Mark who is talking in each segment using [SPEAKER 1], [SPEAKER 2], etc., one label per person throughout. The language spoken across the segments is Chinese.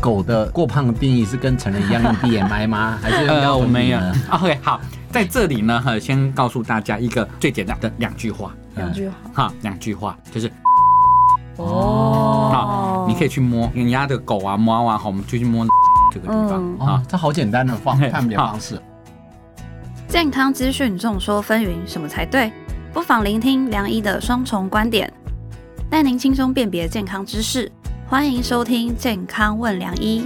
[SPEAKER 1] 狗的过胖的定义是跟成人一样用 BMI 吗？还是
[SPEAKER 2] 呃，
[SPEAKER 1] 要
[SPEAKER 2] 我没有
[SPEAKER 1] 呢。
[SPEAKER 2] OK，好，在这里呢，呃先告诉大家一个最简单的两句话，
[SPEAKER 3] 两句话
[SPEAKER 2] 哈，两句话就是
[SPEAKER 3] 哦，
[SPEAKER 2] 你可以去摸人家的狗啊、猫啊，好，我们就去摸 这个地方
[SPEAKER 3] 嗯
[SPEAKER 1] 啊
[SPEAKER 2] 啊，。
[SPEAKER 1] 这好简单的 方判别方式。
[SPEAKER 3] 健康资讯众说纷纭，什么才对？不妨聆听梁医的双重观点，带您轻松辨别健康知识。欢迎收听《健康问梁医》。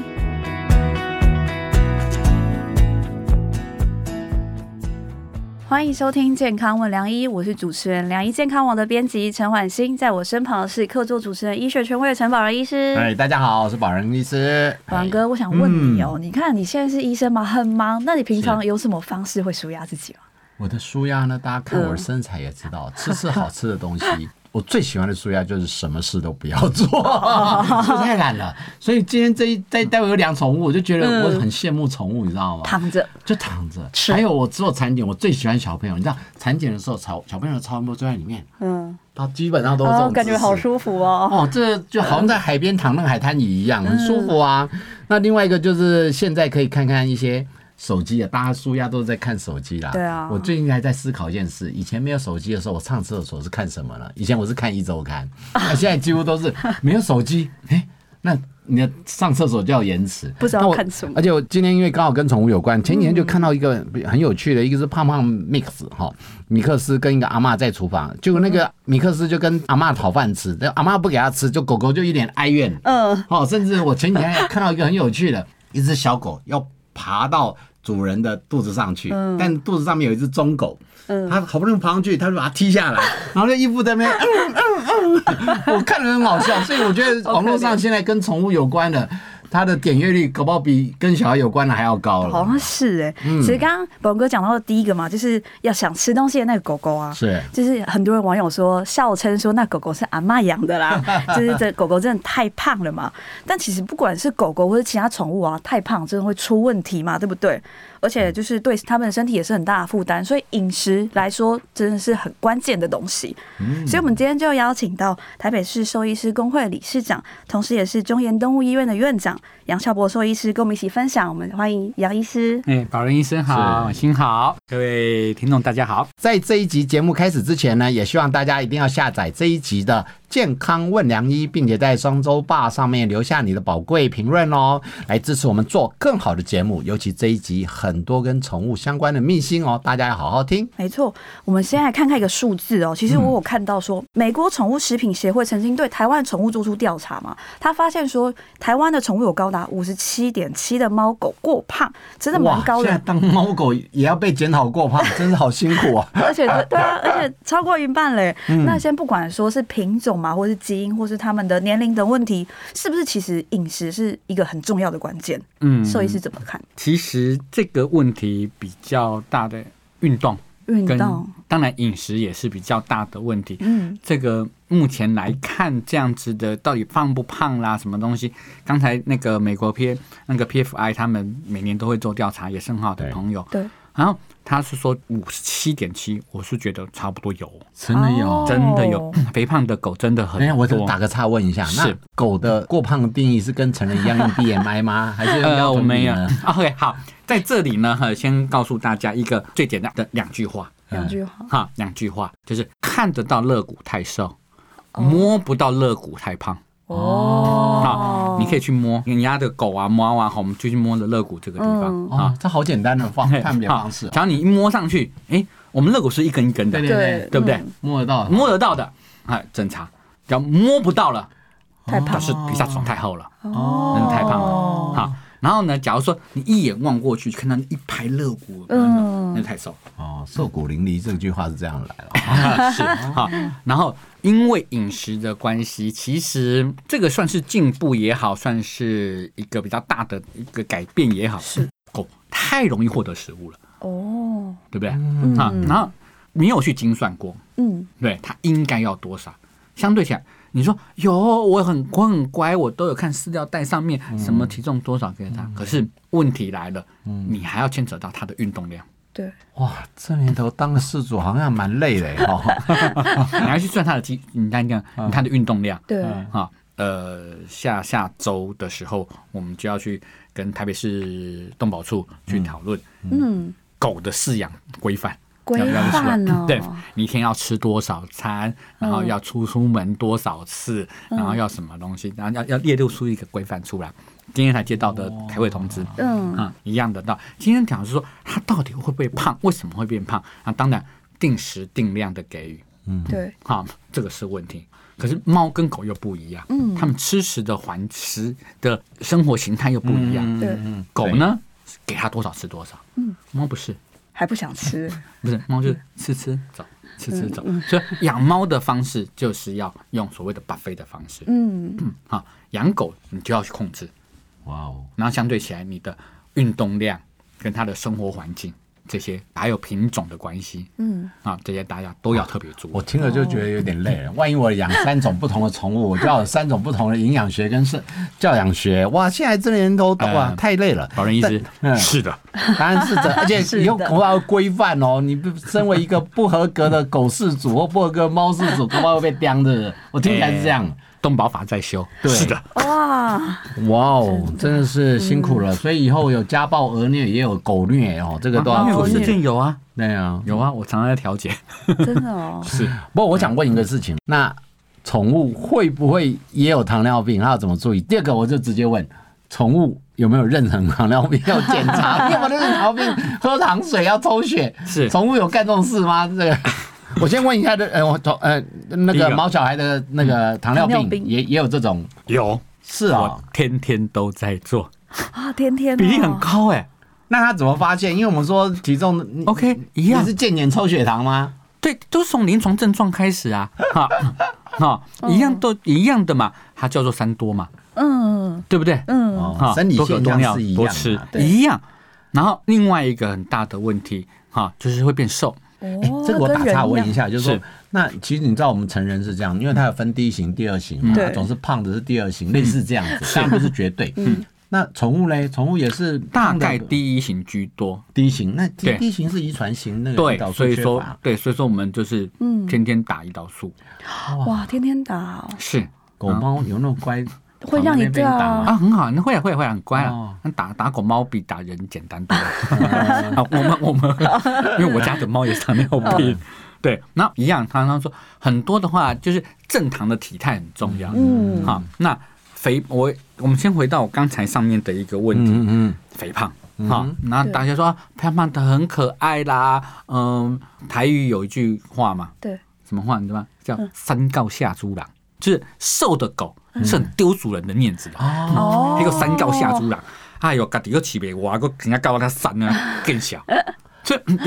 [SPEAKER 3] 欢迎收听《健康问良医》，我是主持人良医健康网的编辑陈婉欣，在我身旁的是客座主持人、医学权威的陈宝仁医师。
[SPEAKER 1] 哎，大家好，我是宝仁医师。
[SPEAKER 3] 王哥，我想问你
[SPEAKER 1] 嗯
[SPEAKER 3] 哦、你看你现在是医生嘛，很忙，那你平常有什么方式会舒压自己吗？
[SPEAKER 1] 我的舒压呢，大家看我的身材也知道，吃吃好吃的东西。我最喜欢的舒压就是什么事都不要做，是不是太懒了。所以今天这一待待会有养宠物，我就觉得我很羡慕宠物，你知道吗？
[SPEAKER 3] 躺着，
[SPEAKER 1] 就躺着。
[SPEAKER 3] 吃
[SPEAKER 1] 还有我做产检，我最喜欢小朋友。你知道产检的时候，小小朋友的超音波坐在里面，
[SPEAKER 3] 嗯，
[SPEAKER 1] 他基本上都是这
[SPEAKER 3] 哦
[SPEAKER 1] 种，
[SPEAKER 3] 感觉好
[SPEAKER 1] 服。
[SPEAKER 3] 舒服哦。
[SPEAKER 1] 哦，这就好像在海边躺那个海滩椅一样，很舒服啊。
[SPEAKER 3] 嗯
[SPEAKER 1] 那另外一个就是现在可以看看一些手机啊，大家舒压都是在看手机啦。
[SPEAKER 3] 对啊
[SPEAKER 1] 我最近还在思考一件事，以前没有手机的时候，我上厕所是看什么呢？以前我是看一周刊，那现在几乎都是没有手机，哎、那。你的上厕所就要延迟，
[SPEAKER 3] 不知道
[SPEAKER 1] 那我
[SPEAKER 3] 看什么
[SPEAKER 1] 而且我今天因为刚好跟宠物有关，前几天就看到一个很有趣的，一个是胖胖 mix 哈，米克斯跟一个阿嬷在厨房，结果那个米克斯就跟阿嬷讨饭吃，那阿嬷不给他吃，就狗狗就一脸哀怨。
[SPEAKER 3] 嗯，
[SPEAKER 1] 哦，甚至我前几天还看到一个很有趣的，一只小狗要爬到主人的肚子上去，
[SPEAKER 3] 嗯
[SPEAKER 1] 但肚子上面有一只中狗，它好不容易爬上去，它就把它踢下来，然后就一副在那边，嗯嗯嗯，我 看着很好笑，所以我觉得网络上现在跟宠物有关的，它的点阅率搞不好比跟小孩有关的还要高
[SPEAKER 3] 好
[SPEAKER 1] 了。嗯
[SPEAKER 3] 像是哎、其实刚刚宝哥讲到的第一个嘛，就是要想吃东西的那个狗狗啊，
[SPEAKER 1] 是
[SPEAKER 3] 就是很多人网友说笑称说那狗狗是阿嬷养的啦，就是这狗狗真的太胖了嘛。但其实不管是狗狗或者其他宠物啊，太胖真的会出问题嘛，对不对？而且就是对他们的身体也是很大的负担，所以饮食来说真的是很关键的东西。所以我们今天就邀请到台北市兽医师工会理事长，同时也是中研动物医院的院长杨孝博兽医师，跟我们一起分享。我们欢迎杨医师。
[SPEAKER 2] 哎，保仁医生好，心好，各位听众大家好。
[SPEAKER 1] 在这一集节目开始之前呢，也希望大家一定要下载这一集的《健康问良医》，并且在双周报上面留下你的宝贵评论哦，来支持我们做更好的节目。尤其这一集很多跟宠物相关的秘辛哦，大家要好好听。
[SPEAKER 3] 没错，我们先来看看一个数字哦。其实我有看到说，美国宠物食品协会曾经对台湾宠物做出调查嘛，他发现说，台湾的宠物有高达五十七点七的猫狗过胖，真的蛮高
[SPEAKER 1] 现在
[SPEAKER 3] 的，
[SPEAKER 1] 当猫狗也要被检讨过胖， 真是好辛苦啊！
[SPEAKER 3] 而且对啊，而且超过一半嘞。
[SPEAKER 2] 嗯
[SPEAKER 3] 那先不管说是品种嘛，或是基因，或是他们的年龄等问题，是不是其实饮食是一个很重要的关键？
[SPEAKER 2] 嗯
[SPEAKER 3] 兽医是怎么看？
[SPEAKER 2] 其实这个问题比较大的运动
[SPEAKER 3] 运
[SPEAKER 2] 跟
[SPEAKER 3] 动，
[SPEAKER 2] 当然饮食也是比较大的问题。
[SPEAKER 3] 嗯，
[SPEAKER 2] 这个目前来看，这样子的到底胖不胖啦，什么东西？刚才那个美国 P 那个 PFI 他们每年都会做调查，也是很好的
[SPEAKER 1] 对
[SPEAKER 2] 朋友。
[SPEAKER 3] 对，
[SPEAKER 2] 然后他是说五十七点七，我是觉得差不多有，
[SPEAKER 1] 真
[SPEAKER 3] 哦
[SPEAKER 2] 真的有 肥胖的狗真的很
[SPEAKER 1] 哎，我
[SPEAKER 2] 多。
[SPEAKER 1] 打个岔问一下，
[SPEAKER 2] 是
[SPEAKER 1] 那狗的过胖的定义是跟成人一样用 BMI 吗？ 还是
[SPEAKER 2] 呃，
[SPEAKER 1] 要
[SPEAKER 2] 我没有
[SPEAKER 1] 呢？。
[SPEAKER 2] OK，好，在这里呢，呃先告诉大家一个最简单的两句话，
[SPEAKER 3] 两句话，
[SPEAKER 2] 哈，两句话就是看得到肋骨太瘦，摸不到肋骨太胖。
[SPEAKER 3] 哦
[SPEAKER 1] 哦
[SPEAKER 2] 啊，你可以去摸人家的狗啊、猫啊，好，我们就去摸的肋骨这个地方
[SPEAKER 3] 嗯
[SPEAKER 1] 哦
[SPEAKER 2] 啊，，
[SPEAKER 1] 这好简单的 方
[SPEAKER 2] 嘿
[SPEAKER 1] 判别
[SPEAKER 2] 好
[SPEAKER 1] 方式哦，
[SPEAKER 2] 只要你一摸上去，哎，我们肋骨是一根一根的，
[SPEAKER 1] 对
[SPEAKER 3] 对
[SPEAKER 2] 对不对？
[SPEAKER 3] 嗯
[SPEAKER 1] 摸得到。
[SPEAKER 2] 摸得到的，哎，正常；只要摸不到了，
[SPEAKER 3] 太
[SPEAKER 2] 表
[SPEAKER 3] 胖
[SPEAKER 2] 示皮下脂太厚了，
[SPEAKER 3] 哦
[SPEAKER 2] 人太胖
[SPEAKER 3] 了
[SPEAKER 2] 好。然后呢，假如说你一眼望过去，看到一排肋骨，
[SPEAKER 3] 嗯
[SPEAKER 2] 那就太瘦。
[SPEAKER 1] 哦，瘦骨淋漓这句话是这样来了。
[SPEAKER 2] 是 好，然后因为饮食的关系，其实这个算是进步也好，算是一个比较大的一个改变也好，
[SPEAKER 3] 是
[SPEAKER 2] 狗太容易获得食物了，
[SPEAKER 3] 哦，
[SPEAKER 2] 对不对？
[SPEAKER 1] 嗯
[SPEAKER 2] 啊，然后没有去精算过，
[SPEAKER 3] 嗯，
[SPEAKER 2] 对它应该要多少？相对起来，你说有我很我很乖，我都有看饲料袋上面什么体重多少给它，可是问题来了，你还要牵扯到它的运动量。
[SPEAKER 3] 对，
[SPEAKER 1] 哇，这年头当个事主好像 蛮累的哈。哦
[SPEAKER 2] 你还去算它的肌，你看你看你看它的运动量，
[SPEAKER 3] 对，
[SPEAKER 1] 嗯
[SPEAKER 2] 啊，呃下下周的时候，我们就要去跟台北市动保处去讨论
[SPEAKER 3] 嗯，
[SPEAKER 2] 狗的饲养规范。
[SPEAKER 3] 规
[SPEAKER 2] 要不要
[SPEAKER 3] 范
[SPEAKER 2] 吃
[SPEAKER 3] 哦，
[SPEAKER 2] 对，你一天要吃多少餐，然后要出出门多少次，
[SPEAKER 3] 嗯
[SPEAKER 2] 然后要什么东西，然后要要列入出一个规范出来。今天才接到的开会通知，
[SPEAKER 3] 嗯
[SPEAKER 2] 啊、一样的道。今天讲的是说它到底会不会胖，为什么会变胖？啊，当然定时定量的给予，
[SPEAKER 3] 对，
[SPEAKER 2] 啊，这个是问题。可是猫跟狗又不一样，嗯，它们吃食的环食的生活形态又不一
[SPEAKER 1] 嗯
[SPEAKER 2] 样。
[SPEAKER 3] 对
[SPEAKER 2] 狗呢，给它多少吃多少，嗯，猫不是，
[SPEAKER 3] 还不想吃，
[SPEAKER 2] 不是猫就是吃吃走，吃吃走。所以养猫的方式就是要用所谓的 buffet 的方式，
[SPEAKER 3] 嗯，
[SPEAKER 2] 嗯，啊，养狗你就要去控制，
[SPEAKER 1] 哇哦，
[SPEAKER 2] 然后相对起来你的运动量跟它的生活环境这些，还有品种的关系，
[SPEAKER 3] 嗯，
[SPEAKER 2] 啊，这些大家都要特别注意
[SPEAKER 1] 我。听了就觉得有点累了。万一我养三种不同的宠物，我就要有三种不同的营养学跟是教养学。哇，现在这人都懂啊，
[SPEAKER 2] 嗯
[SPEAKER 1] 太累了。
[SPEAKER 2] 保人医师
[SPEAKER 1] 但嗯
[SPEAKER 2] 是的，
[SPEAKER 1] 当然是这，而且
[SPEAKER 3] 是的
[SPEAKER 1] 以后恐怕要规范哦。你不身为一个不合格的狗饲主或不合格的猫饲主，恐怕会被刁的。我听起来是这样。
[SPEAKER 2] 动保法在修，
[SPEAKER 1] 对
[SPEAKER 2] 是的，
[SPEAKER 3] 嗯
[SPEAKER 1] 哇
[SPEAKER 3] 哇，
[SPEAKER 1] 哦，真的嗯是辛苦了。所以以后有家暴、儿虐，也有狗虐哦，这个都
[SPEAKER 2] 啊
[SPEAKER 1] 要
[SPEAKER 2] 虐狗
[SPEAKER 1] 注
[SPEAKER 2] 事
[SPEAKER 1] 意。
[SPEAKER 2] 件有啊，
[SPEAKER 1] 对啊，
[SPEAKER 2] 有啊，我常常在调解，
[SPEAKER 3] 真的哦，
[SPEAKER 2] 是
[SPEAKER 1] 不过我想问一个事情，那宠物会不会也有糖尿病？它要怎么注意？第二个，我就直接问，宠物有没有妊娠糖尿病要检 查？你有没有妊娠糖尿病？喝糖水要抽血？
[SPEAKER 2] 是
[SPEAKER 1] 宠物有干这种事吗？这 个。我先问一下的，呃，我从呃那
[SPEAKER 2] 第一
[SPEAKER 1] 个
[SPEAKER 2] 个
[SPEAKER 1] 毛小孩的那个糖尿
[SPEAKER 3] 糖
[SPEAKER 1] 病
[SPEAKER 3] 尿病
[SPEAKER 1] 也也有这种
[SPEAKER 2] 有，
[SPEAKER 1] 是啊
[SPEAKER 2] 我、天天都在做，
[SPEAKER 3] 啊，天天哦
[SPEAKER 2] 比例很高哎。
[SPEAKER 1] 那他怎么发现？因为我们说体重你
[SPEAKER 2] OK，一
[SPEAKER 1] 你
[SPEAKER 2] 样
[SPEAKER 1] 是，健检抽血糖吗？
[SPEAKER 2] 对，都是从临床症状开始 啊，哈，哈，
[SPEAKER 1] 嗯
[SPEAKER 2] 一样都一样的嘛，它叫做三多嘛，
[SPEAKER 3] 嗯
[SPEAKER 2] 对不对？
[SPEAKER 3] 嗯，
[SPEAKER 1] 哦，生理
[SPEAKER 2] 多
[SPEAKER 1] 现
[SPEAKER 2] 喝多
[SPEAKER 1] 象
[SPEAKER 2] 尿
[SPEAKER 1] 是一样
[SPEAKER 2] 多
[SPEAKER 1] 的
[SPEAKER 2] 吃
[SPEAKER 1] 嘛对。
[SPEAKER 2] 一样。然后另外一个很大的问题哈，就是会变瘦，
[SPEAKER 3] 哦，
[SPEAKER 1] 这个我打岔问一
[SPEAKER 3] 下，
[SPEAKER 1] 下，就是说
[SPEAKER 2] 是，
[SPEAKER 1] 那其实你知道我们成人是这样，因为它有分第一型、第二型
[SPEAKER 2] 嗯
[SPEAKER 1] 嘛
[SPEAKER 3] 对，
[SPEAKER 1] 总是胖的是第二型，类似这样子，当然不是绝对。嗯，那宠物嘞，宠物也是
[SPEAKER 2] 大
[SPEAKER 1] 胖的
[SPEAKER 2] 概第一型居多。
[SPEAKER 1] 第一型，那第
[SPEAKER 2] 对
[SPEAKER 1] 第一型是遗传型那个啊胰
[SPEAKER 2] 对
[SPEAKER 1] 岛，素
[SPEAKER 2] 所以
[SPEAKER 1] 缺
[SPEAKER 2] 说嗯
[SPEAKER 1] 乏嗯
[SPEAKER 2] 对，所以说我们就是天天打胰岛素，
[SPEAKER 3] 哇，天天打哦
[SPEAKER 2] 是
[SPEAKER 1] 狗猫有那种乖，
[SPEAKER 3] 会让你
[SPEAKER 1] 旁边被
[SPEAKER 3] 掉
[SPEAKER 1] 打吗
[SPEAKER 3] 啊，
[SPEAKER 2] 啊，很好，那会啊会啊会啊很乖
[SPEAKER 1] 哦
[SPEAKER 2] 啊。那打打狗猫比打人简单多了。
[SPEAKER 1] 哦
[SPEAKER 2] 啊， 我们我们，因为我家的猫也是糖尿病。对，那一样，常常说很多的话，就是正常的体态很重要。
[SPEAKER 3] 嗯，
[SPEAKER 2] 好，那肥我我们先回到我刚才上面的一个问题，
[SPEAKER 1] 嗯嗯
[SPEAKER 2] 肥胖。好，那大家说啊胖胖的很可爱啦。嗯，台语有一句话嘛，
[SPEAKER 3] 对，
[SPEAKER 2] 什么话你知道吗？叫
[SPEAKER 1] 嗯
[SPEAKER 2] “三告下猪郎”，就是瘦的狗是很丢主人的面子的。
[SPEAKER 1] 嗯，哦，
[SPEAKER 3] 哦，
[SPEAKER 2] 迄个三教下主人，哎哟，家己个饲袂活，个人家教他三啊更小，所以嗯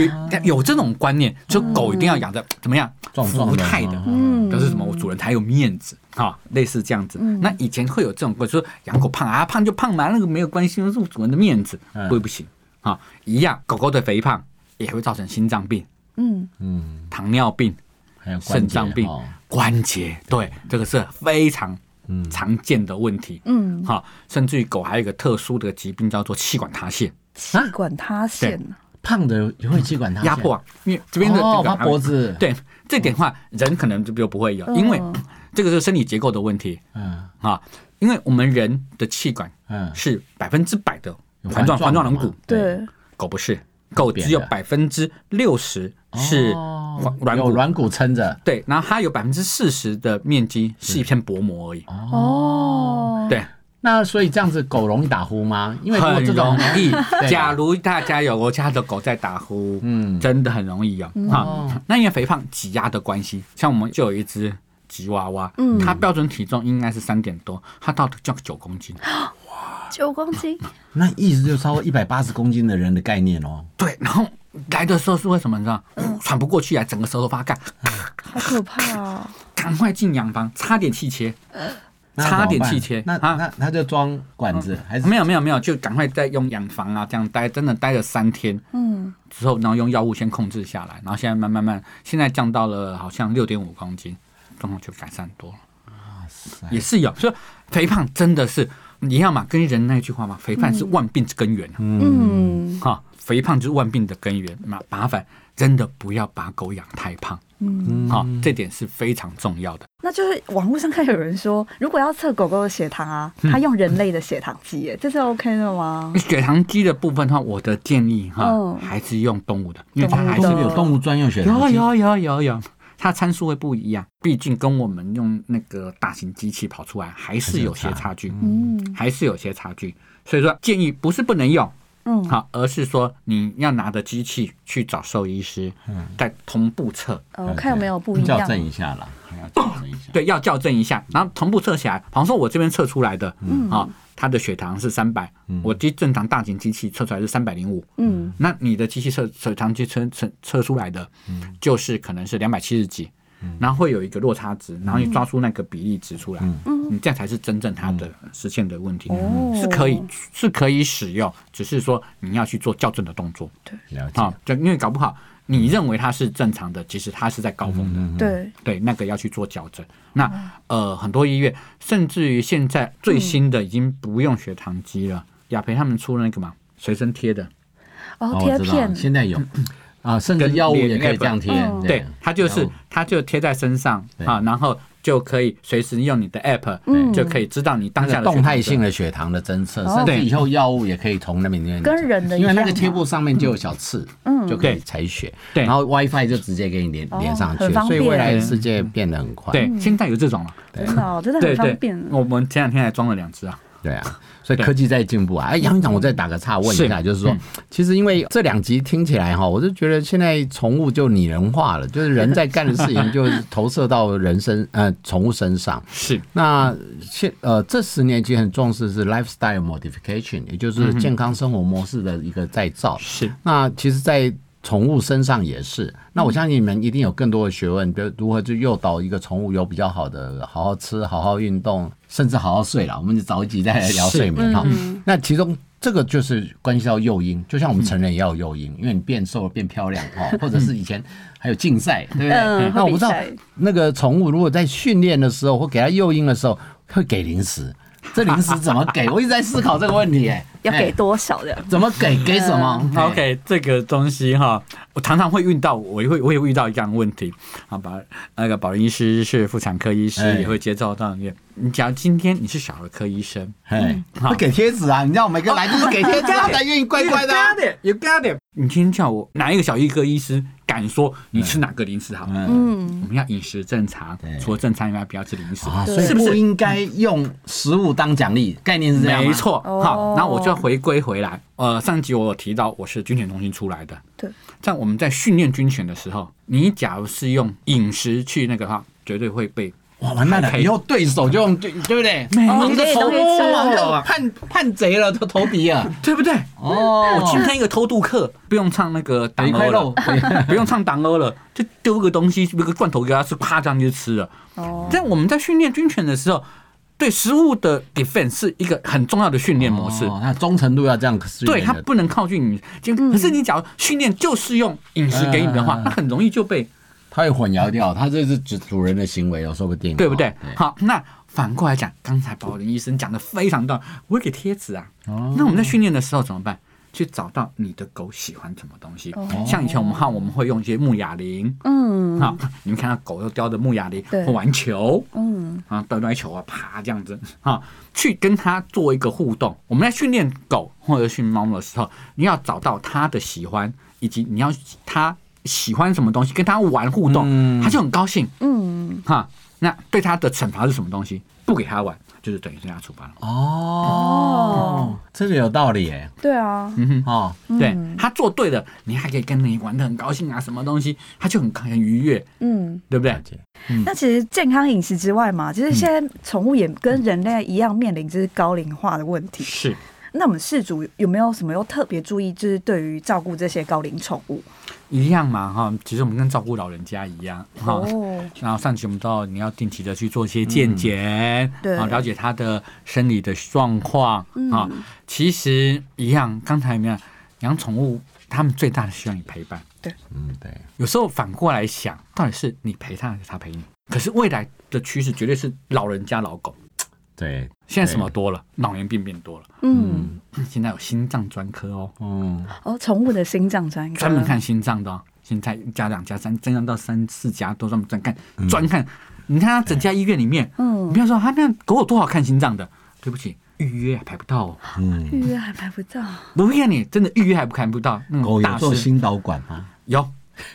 [SPEAKER 2] 有有这种观念，就狗一定要养的怎么样，
[SPEAKER 1] 壮壮
[SPEAKER 2] 福
[SPEAKER 1] 的
[SPEAKER 2] 态的，
[SPEAKER 3] 嗯
[SPEAKER 2] 表示什么？我主人才有面子啊，类似这样子。那以前会有这种观，说养狗胖啊，胖就胖嘛，那个没有关系，那是我主人的面子，
[SPEAKER 1] 嗯
[SPEAKER 2] 不会不行啊。一样，狗狗的肥胖也会造成心脏病、
[SPEAKER 3] 嗯，
[SPEAKER 1] 嗯，
[SPEAKER 2] 糖尿病、
[SPEAKER 1] 还有关
[SPEAKER 2] 肾
[SPEAKER 1] 节
[SPEAKER 2] 脏病
[SPEAKER 1] 哦、
[SPEAKER 2] 关节，对，这个是非常
[SPEAKER 1] 嗯
[SPEAKER 2] 常见的问题。
[SPEAKER 3] 嗯
[SPEAKER 2] 好，甚至于狗还有一个特殊的疾病叫做气管塌陷、
[SPEAKER 3] 气管塌陷啊，
[SPEAKER 1] 胖的也会气管塌陷
[SPEAKER 2] 压迫，啊，因为这边的
[SPEAKER 1] 哦
[SPEAKER 2] 这个
[SPEAKER 1] 他脖子
[SPEAKER 2] 对这点的话，人可能就就不会有，因为
[SPEAKER 3] 嗯
[SPEAKER 2] 这个是生理结构的问题
[SPEAKER 1] 嗯
[SPEAKER 2] 啊。因为我们人的气管
[SPEAKER 1] 嗯，
[SPEAKER 2] 是百分之百的
[SPEAKER 1] 有
[SPEAKER 2] 环状
[SPEAKER 1] 环
[SPEAKER 2] 环
[SPEAKER 1] 状
[SPEAKER 2] 状
[SPEAKER 1] 的
[SPEAKER 2] 龙
[SPEAKER 1] 嘛
[SPEAKER 2] 骨，
[SPEAKER 3] 对，
[SPEAKER 2] 狗不是，狗
[SPEAKER 1] 扁
[SPEAKER 2] 只有
[SPEAKER 1] 的
[SPEAKER 2] 百分之六十是
[SPEAKER 1] 哦
[SPEAKER 2] 环软
[SPEAKER 1] 有
[SPEAKER 2] 骨，
[SPEAKER 1] 软骨撑着，
[SPEAKER 2] 对，然后它有百分之四十的面积是一片薄膜而已，
[SPEAKER 3] 哦，
[SPEAKER 2] 对。
[SPEAKER 1] 那所以这样子狗容易打呼吗？因为如果
[SPEAKER 2] 很
[SPEAKER 1] 这种
[SPEAKER 2] 容易
[SPEAKER 1] 对。
[SPEAKER 2] 假如大家有我家的狗在打呼，
[SPEAKER 1] 嗯
[SPEAKER 2] 真的很容易有
[SPEAKER 1] 哦
[SPEAKER 2] 哈。那因为肥胖挤压的关系，像我们就有一只吉娃娃，
[SPEAKER 3] 嗯
[SPEAKER 2] 它标准体重应该是三点多，它到就九公斤，
[SPEAKER 3] 九公斤，
[SPEAKER 1] 那意思就是超过一百八十公斤的人的概念哦。
[SPEAKER 2] 对，然后来的时候是为什么你知道？
[SPEAKER 1] 嗯
[SPEAKER 2] 喘不过气来，啊整个舌头发干，
[SPEAKER 3] 好可怕哦，
[SPEAKER 2] 赶快进养房，差点气切，
[SPEAKER 1] 那怎么
[SPEAKER 2] 差
[SPEAKER 1] 办
[SPEAKER 2] 点气切啊
[SPEAKER 1] 那那他就装管子还是
[SPEAKER 2] 没有没有没有，就赶快再用养房啊，这样待，真的待了三天
[SPEAKER 3] 嗯，
[SPEAKER 2] 之后，然后用药物先控制下来，然后现在慢慢慢，现在降到了好像六点五公斤，状况就改善多了，
[SPEAKER 1] 塞
[SPEAKER 2] 也是有，所以肥胖真的是你要嘛跟人那句话嘛，肥胖是万病之根源啊，
[SPEAKER 3] 嗯，
[SPEAKER 2] 哈、肥胖就是万病的根源，麻麻烦真的不要把狗养太胖，嗯，好、这点是非常重要的。
[SPEAKER 3] 那就是网络上看有人说，如果要测狗狗的血糖啊，他用人类的血糖机耶，这是 OK 的吗？
[SPEAKER 2] 血糖机的部分的话，我的建议哈、
[SPEAKER 3] 嗯
[SPEAKER 2] 还是用哦动物的，因为它还
[SPEAKER 1] 还是
[SPEAKER 2] 是
[SPEAKER 3] 动物的
[SPEAKER 1] 有动物专用血糖
[SPEAKER 2] 有
[SPEAKER 1] 机，
[SPEAKER 2] 有有有有，它参数会不一样，毕竟跟我们用那个大型机器跑出来还是有些差距，
[SPEAKER 3] 嗯
[SPEAKER 2] 还是有些差距。所以说建议不是不能用，
[SPEAKER 3] 嗯，
[SPEAKER 2] 好，而是说你要拿着机器去找兽医师，
[SPEAKER 3] 嗯
[SPEAKER 2] 再同步测，
[SPEAKER 3] 呃，看有没有不一
[SPEAKER 1] 校
[SPEAKER 3] 样。
[SPEAKER 1] 正一下啦，还要校正一下。
[SPEAKER 2] 对，要校正一下，然后同步测起来。比方说，我这边测出来的，
[SPEAKER 3] 嗯
[SPEAKER 2] 啊、它的血糖是三百、我机正常大型机器测出来是三百零五，
[SPEAKER 3] 嗯
[SPEAKER 2] 那你的机器测血糖机测测测出来的，
[SPEAKER 3] 嗯
[SPEAKER 2] 就是可能是两百七十几，然后会有一个落差值，然后你抓出那个比例值出来，
[SPEAKER 3] 嗯
[SPEAKER 2] 你这样才是真正它的实现的问题，
[SPEAKER 3] 哦
[SPEAKER 2] 是可以是可以使用，只是说你要去做校正的动作，
[SPEAKER 1] 了解哦
[SPEAKER 2] 啊、。就因为搞不好你认为它是正常的，其实它是在高峰的。
[SPEAKER 1] 嗯，
[SPEAKER 3] 对，
[SPEAKER 2] 对，那个要去做矫正。那呃，很多医院甚至于现在
[SPEAKER 3] 嗯
[SPEAKER 2] 最新的已经不用血糖机了，雅培他们出了那个嘛随身贴的，
[SPEAKER 3] 哦，
[SPEAKER 1] 哦
[SPEAKER 3] 贴
[SPEAKER 1] 我知道
[SPEAKER 3] 片
[SPEAKER 1] 了，现在有啊，甚至
[SPEAKER 2] 跟
[SPEAKER 1] 药物
[SPEAKER 2] 脸
[SPEAKER 1] 也可以
[SPEAKER 2] app
[SPEAKER 1] 这样贴
[SPEAKER 3] 嗯，
[SPEAKER 2] 对，它就是它就贴在身上
[SPEAKER 1] 对
[SPEAKER 2] 啊，然后就可以随时用你的 app，、
[SPEAKER 3] 嗯
[SPEAKER 2] 就可以知道你
[SPEAKER 1] 它
[SPEAKER 2] 当
[SPEAKER 1] 的
[SPEAKER 2] 下的血糖
[SPEAKER 1] 动态性
[SPEAKER 2] 值。
[SPEAKER 1] 的血糖的侦测，
[SPEAKER 3] 哦
[SPEAKER 1] 甚至
[SPEAKER 2] 对
[SPEAKER 1] 以后药物也可以从那边那边
[SPEAKER 3] 跟人的一
[SPEAKER 1] 因为那
[SPEAKER 3] 样
[SPEAKER 1] 个贴
[SPEAKER 3] 嘛
[SPEAKER 1] 布上面就有小刺，
[SPEAKER 3] 嗯
[SPEAKER 1] 就可以
[SPEAKER 2] 对
[SPEAKER 1] 采血，
[SPEAKER 2] 对
[SPEAKER 1] 然后 WiFi 就直接给你连
[SPEAKER 3] 哦
[SPEAKER 1] 连上去
[SPEAKER 3] 很，方
[SPEAKER 1] 所以
[SPEAKER 3] 便
[SPEAKER 1] 未来的世界变得很快，
[SPEAKER 2] 对，现在有这种了，
[SPEAKER 3] 真的哦，真的
[SPEAKER 2] 对
[SPEAKER 3] 嗯很
[SPEAKER 2] 对
[SPEAKER 3] 方便，。
[SPEAKER 2] 我们前两天还装了两只啊，
[SPEAKER 1] 对啊，所以科技在进步啊。哎，杨院长，我再打个岔问一下，
[SPEAKER 2] 是嗯
[SPEAKER 1] 就是说，其实因为这两集听起来哈，我就觉得现在宠物就拟人化了，就是人在干的事 情就是投射到人身呃宠物身上。
[SPEAKER 2] 是
[SPEAKER 1] 那现呃这十年其实很重视是 lifestyle modification，也就是健康生活模式的一个再造。
[SPEAKER 2] 是，
[SPEAKER 1] 那其实，在宠物身上也是。那
[SPEAKER 3] 嗯
[SPEAKER 1] 我相信你们一定有更多的学问，比如如何去诱导一个宠物有比较好的，好好吃、好好运动，甚至好好睡了。我们早一集再来聊睡眠哈。
[SPEAKER 3] 嗯
[SPEAKER 1] 那其中这个就是关系到诱因，就像我们成人也要有诱因，因为你变瘦了、变漂亮哈，或者是以前还有竞赛，对不对？
[SPEAKER 3] 嗯
[SPEAKER 1] 那我不知道
[SPEAKER 3] 会比赛
[SPEAKER 1] 那个宠物如果在训练的时候或给它诱因的时候，会给零食。这零食怎么给？我一直在思考这个问题、哎，
[SPEAKER 3] 要给嗯
[SPEAKER 1] 哎
[SPEAKER 3] 多少的？
[SPEAKER 1] 怎么给？给什 么、哎
[SPEAKER 2] OK，这个东西哈，我常常会遇到，我也会我也会遇到一样的问题啊。保那个保龄医师是妇产科医师，
[SPEAKER 1] 哎
[SPEAKER 2] 也会接触到你。你假如今天你是小儿科医生，
[SPEAKER 1] 哎，
[SPEAKER 2] 好
[SPEAKER 1] 会给贴纸啊！你知道我们一个来就是给 贴纸，他才愿意乖乖的啊。
[SPEAKER 2] 有 got it。你今天叫我哪一个小儿科医师敢说你吃哪个零食好？
[SPEAKER 1] 嗯
[SPEAKER 3] 嗯，
[SPEAKER 2] 我们要饮食正常
[SPEAKER 1] 对，
[SPEAKER 2] 除了正常以外，不要吃零食。
[SPEAKER 1] 啊，
[SPEAKER 3] 对
[SPEAKER 1] 所以
[SPEAKER 2] 是不
[SPEAKER 1] 不
[SPEAKER 2] 是
[SPEAKER 1] 应该用食物当奖励，概念是这样吗
[SPEAKER 2] 没，错，
[SPEAKER 3] 哦
[SPEAKER 2] 好，那我就要回归回来。呃，上集我有提到我是军犬中心出来的，
[SPEAKER 3] 对，
[SPEAKER 2] 在我们在训练军犬的时候，你假如是用饮食去那个的话，绝对会被
[SPEAKER 1] 哇，完蛋了！
[SPEAKER 2] OK
[SPEAKER 1] 以后对手就用对，对不对？哦
[SPEAKER 2] 没
[SPEAKER 1] 忙着
[SPEAKER 3] 错
[SPEAKER 1] 投忙着叛叛贼了，都投敌了。
[SPEAKER 2] 对不对？
[SPEAKER 1] 啊哦，
[SPEAKER 2] 我今天一个偷渡客，不用唱那个党
[SPEAKER 1] 一块
[SPEAKER 2] 欧
[SPEAKER 1] 肉
[SPEAKER 2] 了，， 不用唱党欧了，就丢个东西，丢个罐头给他吃，啪这样就吃了。
[SPEAKER 3] 哦，
[SPEAKER 2] 在我们在训练军犬的时候，对食物的 defense 是一个很重要的训练模式。
[SPEAKER 1] 哦那忠诚度要这样训
[SPEAKER 2] 对
[SPEAKER 1] 练
[SPEAKER 2] 它
[SPEAKER 1] 的
[SPEAKER 2] 不能靠近嗯你，就可是你假如训练就是用饮食给你的话
[SPEAKER 1] 嗯嗯嗯，
[SPEAKER 2] 那很容易就被
[SPEAKER 1] 它会混淆掉，它这是主主人的行为哦，说不定，
[SPEAKER 2] 对不对
[SPEAKER 1] 哦？
[SPEAKER 2] 好，那反过来讲，刚才保林医生讲的 非常对，我会给贴纸啊。那我们在训练的时候怎么办？去找到你的狗喜欢什么东西
[SPEAKER 3] 哦。
[SPEAKER 2] 像以前我们看，我们会用一些木哑铃。
[SPEAKER 3] 嗯
[SPEAKER 2] 啊，你们看到狗又叼着木哑铃
[SPEAKER 3] 对
[SPEAKER 2] 或玩球
[SPEAKER 3] 嗯
[SPEAKER 2] 啊，端端球啊，啪这样子啊，去跟它做一个互动。我们在训练狗或者训猫的时候，你要找到它的喜欢，以及你要它喜欢什么东西，跟它玩互动，
[SPEAKER 1] 嗯
[SPEAKER 2] 它就很高兴
[SPEAKER 3] 嗯，
[SPEAKER 2] 哈。那对它的惩罚是什么东西？不给它玩，就是等于对它处罚了。
[SPEAKER 1] 哦，这个有道理哎，
[SPEAKER 3] 对啊，
[SPEAKER 2] 嗯哼，
[SPEAKER 1] 哦，
[SPEAKER 2] 对它做对了，你还可以跟你玩的很高兴啊，什么东西，它就很很愉悦，
[SPEAKER 3] 嗯。
[SPEAKER 2] 对不对
[SPEAKER 1] 了？解，
[SPEAKER 3] 那其实健康饮食之外嘛，其实现在宠物也跟人类一样面临就是高龄化的问题。
[SPEAKER 2] 是。
[SPEAKER 3] 那我们饲主有没有什么要特别注意，就是对于照顾这些高龄宠物？
[SPEAKER 2] 一样嘛哈，其实我们跟照顾老人家一样哈。
[SPEAKER 3] 哦，
[SPEAKER 2] 然后上期我们知道你要定期的去做一些健检，
[SPEAKER 3] 对
[SPEAKER 2] 啊，了解他的生理的状况啊。其实一样，刚才没有养宠物，他们最大的希望你陪伴。
[SPEAKER 1] 嗯，对，
[SPEAKER 2] 有时候反过来想，到底是你陪他还是他陪你？可是未来的趋势绝对是老人家老狗。
[SPEAKER 1] 对，
[SPEAKER 2] 现在什么多了？老年病变多了。
[SPEAKER 3] 嗯，
[SPEAKER 2] 现在有心脏专科哦，
[SPEAKER 1] 嗯，
[SPEAKER 3] 哦，宠物的心脏专科，
[SPEAKER 2] 专门看心脏的、哦。现在一家、两家、三增加到三四家都这么专看专看。你看他整家医院里面，
[SPEAKER 3] 嗯
[SPEAKER 2] 你不要说他那狗有多好看心脏的，对不起，预约还排不到哦。
[SPEAKER 1] 嗯，
[SPEAKER 3] 预约还排不到，
[SPEAKER 2] 不骗你，真的预约还不看不到。那
[SPEAKER 1] 狗有
[SPEAKER 2] 种大
[SPEAKER 1] 做
[SPEAKER 2] 师
[SPEAKER 1] 心导管吗？
[SPEAKER 2] 有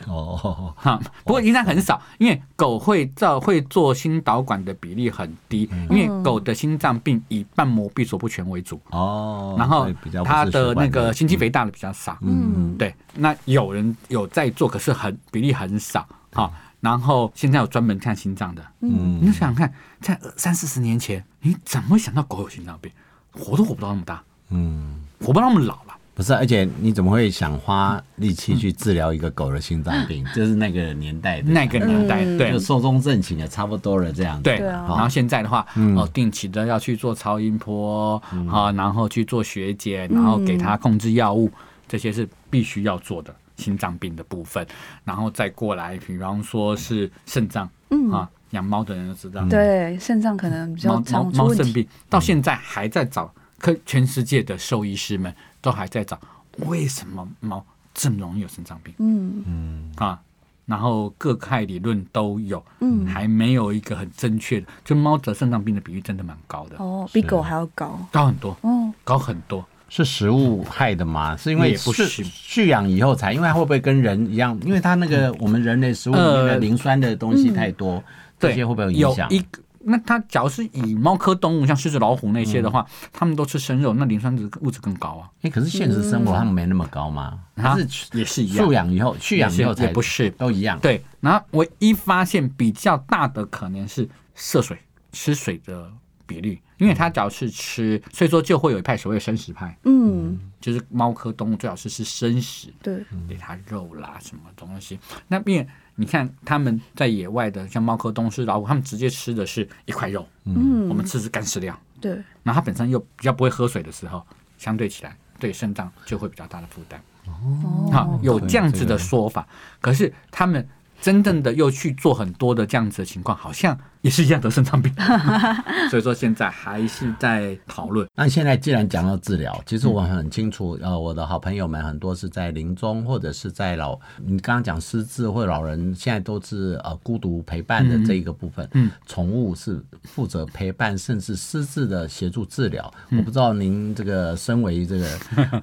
[SPEAKER 1] 哦，
[SPEAKER 2] 哈，不过应该很少，因为狗会造会做心导管的比例很低，
[SPEAKER 1] 嗯
[SPEAKER 2] 因为狗的心脏病以瓣膜闭锁不全为主，
[SPEAKER 1] 哦，
[SPEAKER 2] 然后
[SPEAKER 1] 所以比较不是
[SPEAKER 2] 它的
[SPEAKER 1] 血管
[SPEAKER 2] 那个心肌肥大的比较少。
[SPEAKER 3] 嗯，
[SPEAKER 2] 对，那有人有在做，可是很比例很少哈。然后现在有专门看心脏的，你
[SPEAKER 1] 嗯
[SPEAKER 2] 就想想看，在三四十年前，你怎么会想到狗有心脏病？活都活不到那么大，
[SPEAKER 1] 嗯，
[SPEAKER 2] 活不到那么老了。
[SPEAKER 1] 不是，而且你怎么会想花力气去治疗一个狗的心脏 病？就是那个年代的
[SPEAKER 2] 那个年代，
[SPEAKER 3] 嗯
[SPEAKER 2] 对
[SPEAKER 1] 就，寿终正寝也差不多了这样子。
[SPEAKER 2] 对，
[SPEAKER 3] 对啊
[SPEAKER 2] 然后现在的话，哦，定期的要去做超音波啊，然后去做血检，然后给
[SPEAKER 3] 嗯
[SPEAKER 2] 他控制药物，这些是必须要做的心脏病的部分。然后再过来，比方说是肾脏，
[SPEAKER 3] 嗯
[SPEAKER 2] 啊，养猫的人都知道，
[SPEAKER 3] 对，肾脏可能比较
[SPEAKER 2] 猫猫
[SPEAKER 3] 常出
[SPEAKER 2] 猫
[SPEAKER 3] 问
[SPEAKER 2] 肾
[SPEAKER 3] 题。
[SPEAKER 2] 病到现在还在找，科全世界的兽医师们都还在找，为什么猫这么容易有肾脏病？
[SPEAKER 3] 嗯
[SPEAKER 2] 啊，然后各派理论都有，
[SPEAKER 3] 嗯
[SPEAKER 2] 还没有一个很正确的，就猫得肾脏病的比率真的蛮高的，
[SPEAKER 3] 哦，比狗还要高
[SPEAKER 2] 高很多，
[SPEAKER 3] 哦。
[SPEAKER 2] 高很多。
[SPEAKER 1] 是食物害的吗？是因为
[SPEAKER 2] 也不
[SPEAKER 1] 是
[SPEAKER 2] 是
[SPEAKER 1] 蓄养以后才，因为它会不会跟人一样？因为它那
[SPEAKER 2] 嗯
[SPEAKER 1] 个我们人类食物里面的
[SPEAKER 2] 呃
[SPEAKER 1] 磷酸的东西太多，这
[SPEAKER 2] 嗯对，
[SPEAKER 1] 些会不会有影响？
[SPEAKER 2] 一个那它假如是以猫科动物，像狮子、老虎那些的话，
[SPEAKER 1] 嗯
[SPEAKER 2] 它们都吃生肉，那磷酸值物质更高啊。
[SPEAKER 1] 哎，可是现实生活它们没那么高嘛，
[SPEAKER 2] 啊
[SPEAKER 1] 它是
[SPEAKER 2] 也是一样
[SPEAKER 1] 蓄养以后，蓄养以后
[SPEAKER 2] 也是
[SPEAKER 1] 才
[SPEAKER 2] 也不是
[SPEAKER 1] 都一样。
[SPEAKER 2] 对，然后唯一发现比较大的可能是涉水吃水的比率，因为它只要是吃，所以说就会有一派所谓的生食派，
[SPEAKER 3] 嗯，
[SPEAKER 2] 就是猫科动物最好是吃生食，
[SPEAKER 3] 对，
[SPEAKER 2] 给它肉啦什么东西。那边你看他们在野外的，像猫科动物是老虎，他们直接吃的是一块肉，
[SPEAKER 3] 嗯，
[SPEAKER 2] 我们吃的是干饲料，
[SPEAKER 3] 对，哦
[SPEAKER 2] 然后它本身又比较不会喝水的时候，相对起来对肾脏就会比较大的负担。啊，
[SPEAKER 3] 哦，
[SPEAKER 2] 有这样子的说法，可是他们真正的又去做很多的这样子的情况，好像也是一样得肾脏病， 所以说现在还是在讨论。
[SPEAKER 1] 那现在既然讲到治疗，其实
[SPEAKER 2] 嗯
[SPEAKER 1] 我很清楚，呃，我的好朋友们很多是在临终或者是在老，你刚刚讲失智或老人，现在都是呃孤独陪伴的这一个部分。
[SPEAKER 2] 嗯，
[SPEAKER 1] 宠物是负责陪伴甚至失智的协助治疗。
[SPEAKER 2] 嗯
[SPEAKER 1] 我不知道您这个身为这个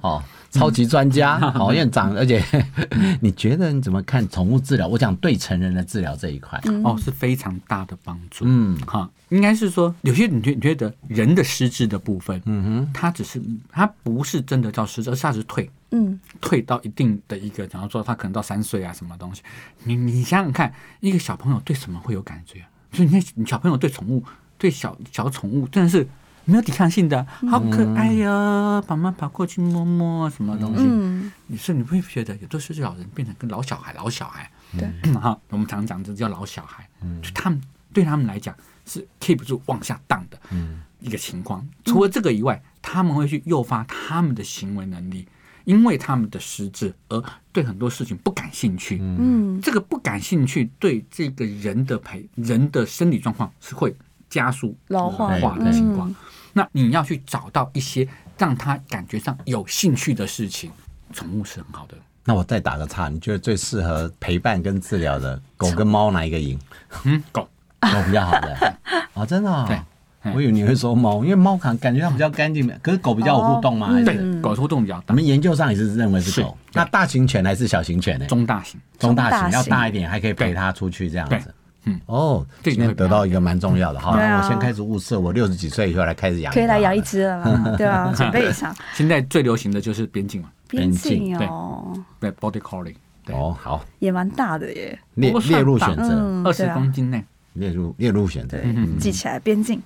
[SPEAKER 1] 哦超级专家、
[SPEAKER 2] 嗯
[SPEAKER 1] 好院长，而且 你觉得你怎么看宠物治疗？我讲对成人的治疗这一块，
[SPEAKER 2] 哦，是非常大的帮助。
[SPEAKER 1] 嗯
[SPEAKER 2] 哈，应该是说有些你觉你觉得人的失智的部分，嗯哼，它只是它不是真的叫失智，而是它只是退
[SPEAKER 3] 嗯，
[SPEAKER 2] 退到一定的一个，假如说他可能到三岁啊，什么东西，你你想想看，一个小朋友对什么会有感觉、啊？所以你看，你小朋友对宠物，对小小宠物真的是没有抵抗性的啊，好可爱呀、爸妈跑过去摸摸啊什么东西，
[SPEAKER 3] 嗯，
[SPEAKER 2] 你说你会觉得有的失智老人变成跟老小孩，老小孩，
[SPEAKER 3] 对，
[SPEAKER 2] 哈，我们常讲这叫老小孩，
[SPEAKER 1] 嗯
[SPEAKER 2] 就他们对他们来讲是 keep 不住往下荡的
[SPEAKER 1] 嗯
[SPEAKER 2] 一个情况。除了这个以外，他们会去诱发他们的行为能力，因为他们的失智而对很多事情不感兴趣。
[SPEAKER 3] 嗯，
[SPEAKER 2] 这个不感兴趣对这个人的培人的生理状况是会加速
[SPEAKER 3] 老化
[SPEAKER 2] 的情况。那你要去找到一些让他感觉上有兴趣的事情，宠物是很好的。
[SPEAKER 1] 那我再打个岔，你觉得最适合陪伴跟治疗的狗跟猫哪一个赢？
[SPEAKER 2] 嗯，狗
[SPEAKER 1] 狗哦比较好 的啊，真的、啊。
[SPEAKER 2] 对嗯
[SPEAKER 1] 我以为你会说猫，因为猫感感觉它比较干净，可是狗比较有互动吗？还是
[SPEAKER 2] 哦对狗互动比较
[SPEAKER 1] 嗯我
[SPEAKER 2] 大，
[SPEAKER 1] 们研究上也是认为是
[SPEAKER 2] 是
[SPEAKER 1] 狗。那大型犬还是小型犬呢？
[SPEAKER 2] 中大型。
[SPEAKER 1] 中大型
[SPEAKER 3] 中大型
[SPEAKER 1] 要大一点，还可以陪它出去这样
[SPEAKER 2] 对
[SPEAKER 1] 子。
[SPEAKER 2] 嗯，
[SPEAKER 1] 哦，
[SPEAKER 2] 这
[SPEAKER 1] 今
[SPEAKER 2] 个
[SPEAKER 1] 天
[SPEAKER 2] 会比较
[SPEAKER 1] 得到一个蛮重要的哈。
[SPEAKER 3] 对啊
[SPEAKER 1] 那我先开始物色，我六十几岁以后来开始养，
[SPEAKER 3] 可以来养一。只了 啦，对啊，准备一下，
[SPEAKER 2] 现在最流行的就是边境嘛，
[SPEAKER 3] 边
[SPEAKER 1] 边
[SPEAKER 3] 境
[SPEAKER 1] 境
[SPEAKER 3] 哦，
[SPEAKER 2] 对 body calling，对，
[SPEAKER 1] 哦，好，
[SPEAKER 3] 也蛮大的耶，
[SPEAKER 1] 列
[SPEAKER 2] 不过算
[SPEAKER 1] 列入
[SPEAKER 2] 大
[SPEAKER 1] 选择，
[SPEAKER 3] 嗯，
[SPEAKER 2] 二
[SPEAKER 3] 对
[SPEAKER 2] 十
[SPEAKER 3] 啊
[SPEAKER 2] 公斤内，
[SPEAKER 1] 列入列入选择。
[SPEAKER 2] 嗯
[SPEAKER 3] 对，嗯记起来边境。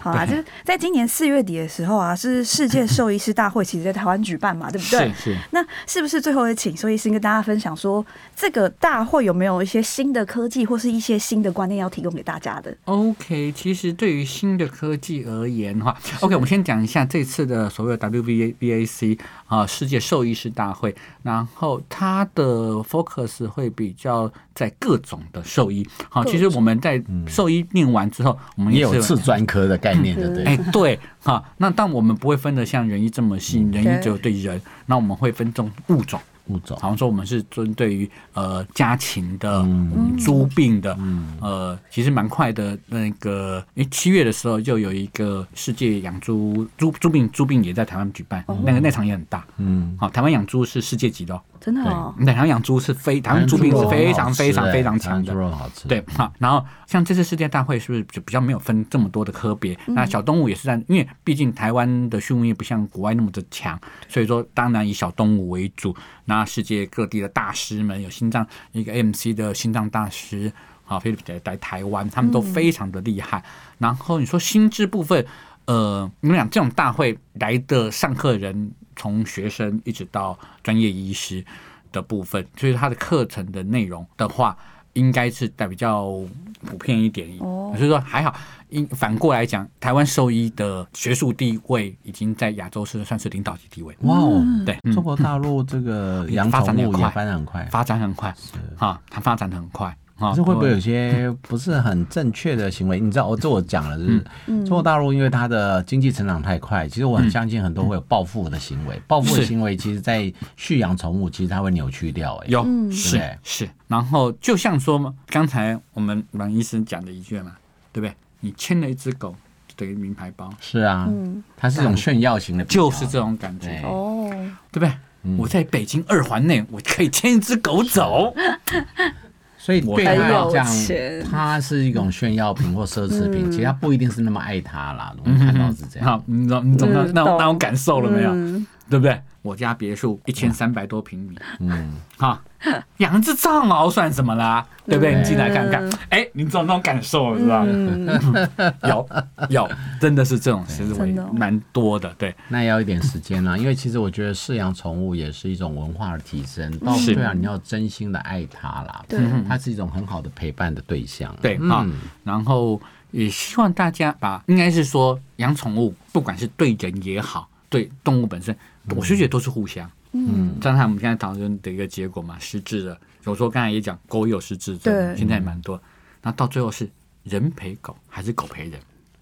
[SPEAKER 3] 好啊，就是在今年四月底的时候啊，是世界兽医师大会，其实在台湾举办嘛，对不对？
[SPEAKER 2] 是是
[SPEAKER 3] 那是不是最后也请兽医师跟大家分享说，这个大会有没有一些新的科技或是一些新的观念要提供给大家的？
[SPEAKER 2] OK，其实对于新的科技而言的话，OK，我们先讲一下这次的所谓的 WVABAC 啊、世界兽医师大会，然后它的 focus 会比较在各种的兽医。好、其实我们在兽医念完之后，我们
[SPEAKER 1] 也
[SPEAKER 2] 也
[SPEAKER 1] 有
[SPEAKER 2] 是
[SPEAKER 1] 次专科的概念，对不
[SPEAKER 2] 哎
[SPEAKER 1] 对？，
[SPEAKER 2] 对，
[SPEAKER 3] 嗯
[SPEAKER 2] 哈，那但我们不会分得像人医这么细，人医只有对人，那我们会分种物种。
[SPEAKER 1] 物种
[SPEAKER 2] 好像说我们是针对于呃家禽的、猪病的，呃，其实蛮快的。那个诶，七月的时候就有一个世界养猪猪猪病猪病也在台湾举办，那个那场也很大。
[SPEAKER 1] 嗯，
[SPEAKER 2] 好，台湾养猪是世界级的、哦，
[SPEAKER 3] 真的哦，
[SPEAKER 2] 台湾养猪是非台湾猪病是非常非常非常强的
[SPEAKER 1] 猪。肉好吃，
[SPEAKER 2] 对，好，然后像这次世界大会是不是就比较没有分这么多的科别？那小动物也是在，因为毕竟台湾的畜牧业不像国外那么的强，所以说当然以小动物为主。那世界各地的大师们，有心脏一个 MC 的心脏大师，啊，菲律宾来台湾，他们都非常的厉害。然后你说心智部分，呃，你们讲这种大会来的上课人，从学生一直到专业医师的部分，就是他的课程的内容的话，应该是比较普遍一点。
[SPEAKER 3] 哦
[SPEAKER 2] 所以说还好。因反过来讲，台湾兽医的学术地位已经在亚洲是算是领导级地位。
[SPEAKER 1] 哇哦，
[SPEAKER 2] 对，嗯
[SPEAKER 1] 中国大陆这 个养
[SPEAKER 2] 发
[SPEAKER 1] 宠
[SPEAKER 2] 展得
[SPEAKER 1] 物也
[SPEAKER 2] 快
[SPEAKER 1] 发展很快，
[SPEAKER 2] 发展很快，啊，它发展的很快，啊
[SPEAKER 1] 可，是会不会有些不是很正确的行为？你知道，我这我讲了，
[SPEAKER 2] 嗯
[SPEAKER 1] 就是
[SPEAKER 3] 嗯
[SPEAKER 1] 中国大陆因为它的经济成长太快，其实我很相信很多会有报复的行为。报复的
[SPEAKER 2] 嗯是
[SPEAKER 1] 行为，其实，在蓄养宠物，其实它会扭曲掉。哎，
[SPEAKER 2] 有、
[SPEAKER 1] 对
[SPEAKER 2] 是是，然后就像说嘛，刚才我们阮医生讲的一句嘛，对不对？你牵了一只狗，就等于名牌包，
[SPEAKER 1] 是啊，
[SPEAKER 3] 嗯，
[SPEAKER 1] 它是一种炫耀型的比较，哎
[SPEAKER 2] 就是这种感觉，
[SPEAKER 1] 对嗯
[SPEAKER 3] 哦，
[SPEAKER 2] 对不对？我在北京二环内，我可以牵一只狗走，
[SPEAKER 1] 所以对他
[SPEAKER 3] 很
[SPEAKER 1] 来
[SPEAKER 3] 有
[SPEAKER 1] 讲
[SPEAKER 3] 钱，嗯
[SPEAKER 1] 它是一种炫耀品或奢侈品，其实它不一定是那么爱它啦。我们看到是这样，
[SPEAKER 2] 嗯好，你懂你懂那
[SPEAKER 3] 嗯
[SPEAKER 2] 那
[SPEAKER 3] 懂
[SPEAKER 2] 那种感受了没有？
[SPEAKER 3] 嗯
[SPEAKER 2] 对不对？我家别墅一千三百多平米，
[SPEAKER 1] 嗯，
[SPEAKER 2] 哈，养一只藏獒算什 么啦？对不对？
[SPEAKER 1] 嗯
[SPEAKER 2] 你进来看看，哎，你知道那种感受了，是吧？
[SPEAKER 3] 嗯
[SPEAKER 2] 有有，真的是这种思维
[SPEAKER 3] 真的哦
[SPEAKER 2] 蛮多的，对，
[SPEAKER 1] 那要一点时间啊啦，因为其实我觉得饲养宠物也是一种文化的提升。到
[SPEAKER 2] 是
[SPEAKER 1] 对啊，你要真心的爱它啦，
[SPEAKER 3] 对，
[SPEAKER 1] 它是一种很好的陪伴的对象。
[SPEAKER 2] 对
[SPEAKER 1] 嗯
[SPEAKER 2] 啊，然后也希望大家把，应该是说养宠物，不管是对人也好，对动物本身，我是觉得都是互相。
[SPEAKER 3] 嗯，
[SPEAKER 2] 刚才我们现在讨论的一个结果嘛，失智了。有时候刚才也讲，狗有失智症，
[SPEAKER 3] 对
[SPEAKER 2] 现在也蛮多。那到最后是人陪狗还是狗陪人？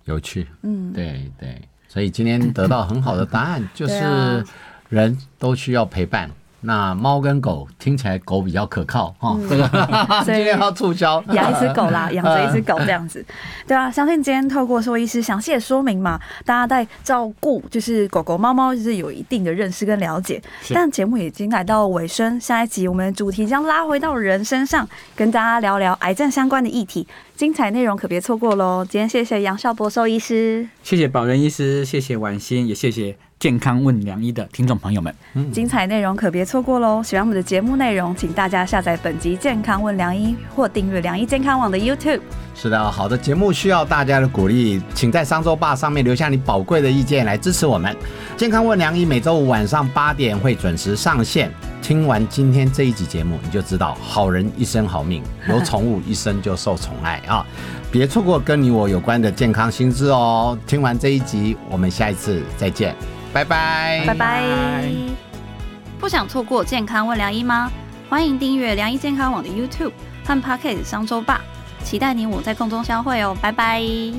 [SPEAKER 1] 有趣。
[SPEAKER 3] 嗯，
[SPEAKER 1] 对对，所以今天得到很好的答案，就
[SPEAKER 3] 对啊
[SPEAKER 1] 是人都需要陪伴。那猫跟狗听起来狗比较可靠哈， 这个今
[SPEAKER 3] 嗯所以
[SPEAKER 1] 天要促销。
[SPEAKER 3] 养一只 狗啦，养着一只狗这样子，对啊，相信今天透过兽医师详细的说明嘛，大家在照顾就是狗狗、猫猫就是有一定的认识跟了解。
[SPEAKER 2] 是
[SPEAKER 3] 但节目已经来到尾声，下一集我们的主题将拉回到人身上，跟大家聊聊癌症相关的议题，精彩内容可别错过喽！今天谢谢杨少博兽医师，
[SPEAKER 2] 谢谢保仁医师，谢谢婉欣，也谢谢健康问良医的听众朋友们。
[SPEAKER 3] 精彩内容可别错过喽！喜欢我们的节目内容，请大家下载本集《健康问良医》或订阅良医健康网的 YouTube。
[SPEAKER 1] 是的，好的节目需要大家的鼓励，请在商周吧上面留下你宝贵的意见来支持我们。健康问良医每周五晚上八点会准时上线。听完今天这一集节目，你就知道好人一生好命， 有宠物一生就受宠爱啊！ 别错过跟你我有关的健康新知哦。听完这一集，我们下一次再见，拜拜，
[SPEAKER 3] 拜拜。不想错过健康问良医吗？欢迎订阅良医健康网的 YouTube 和 Pocket 商周吧，期待你我在空中相会哦，拜拜。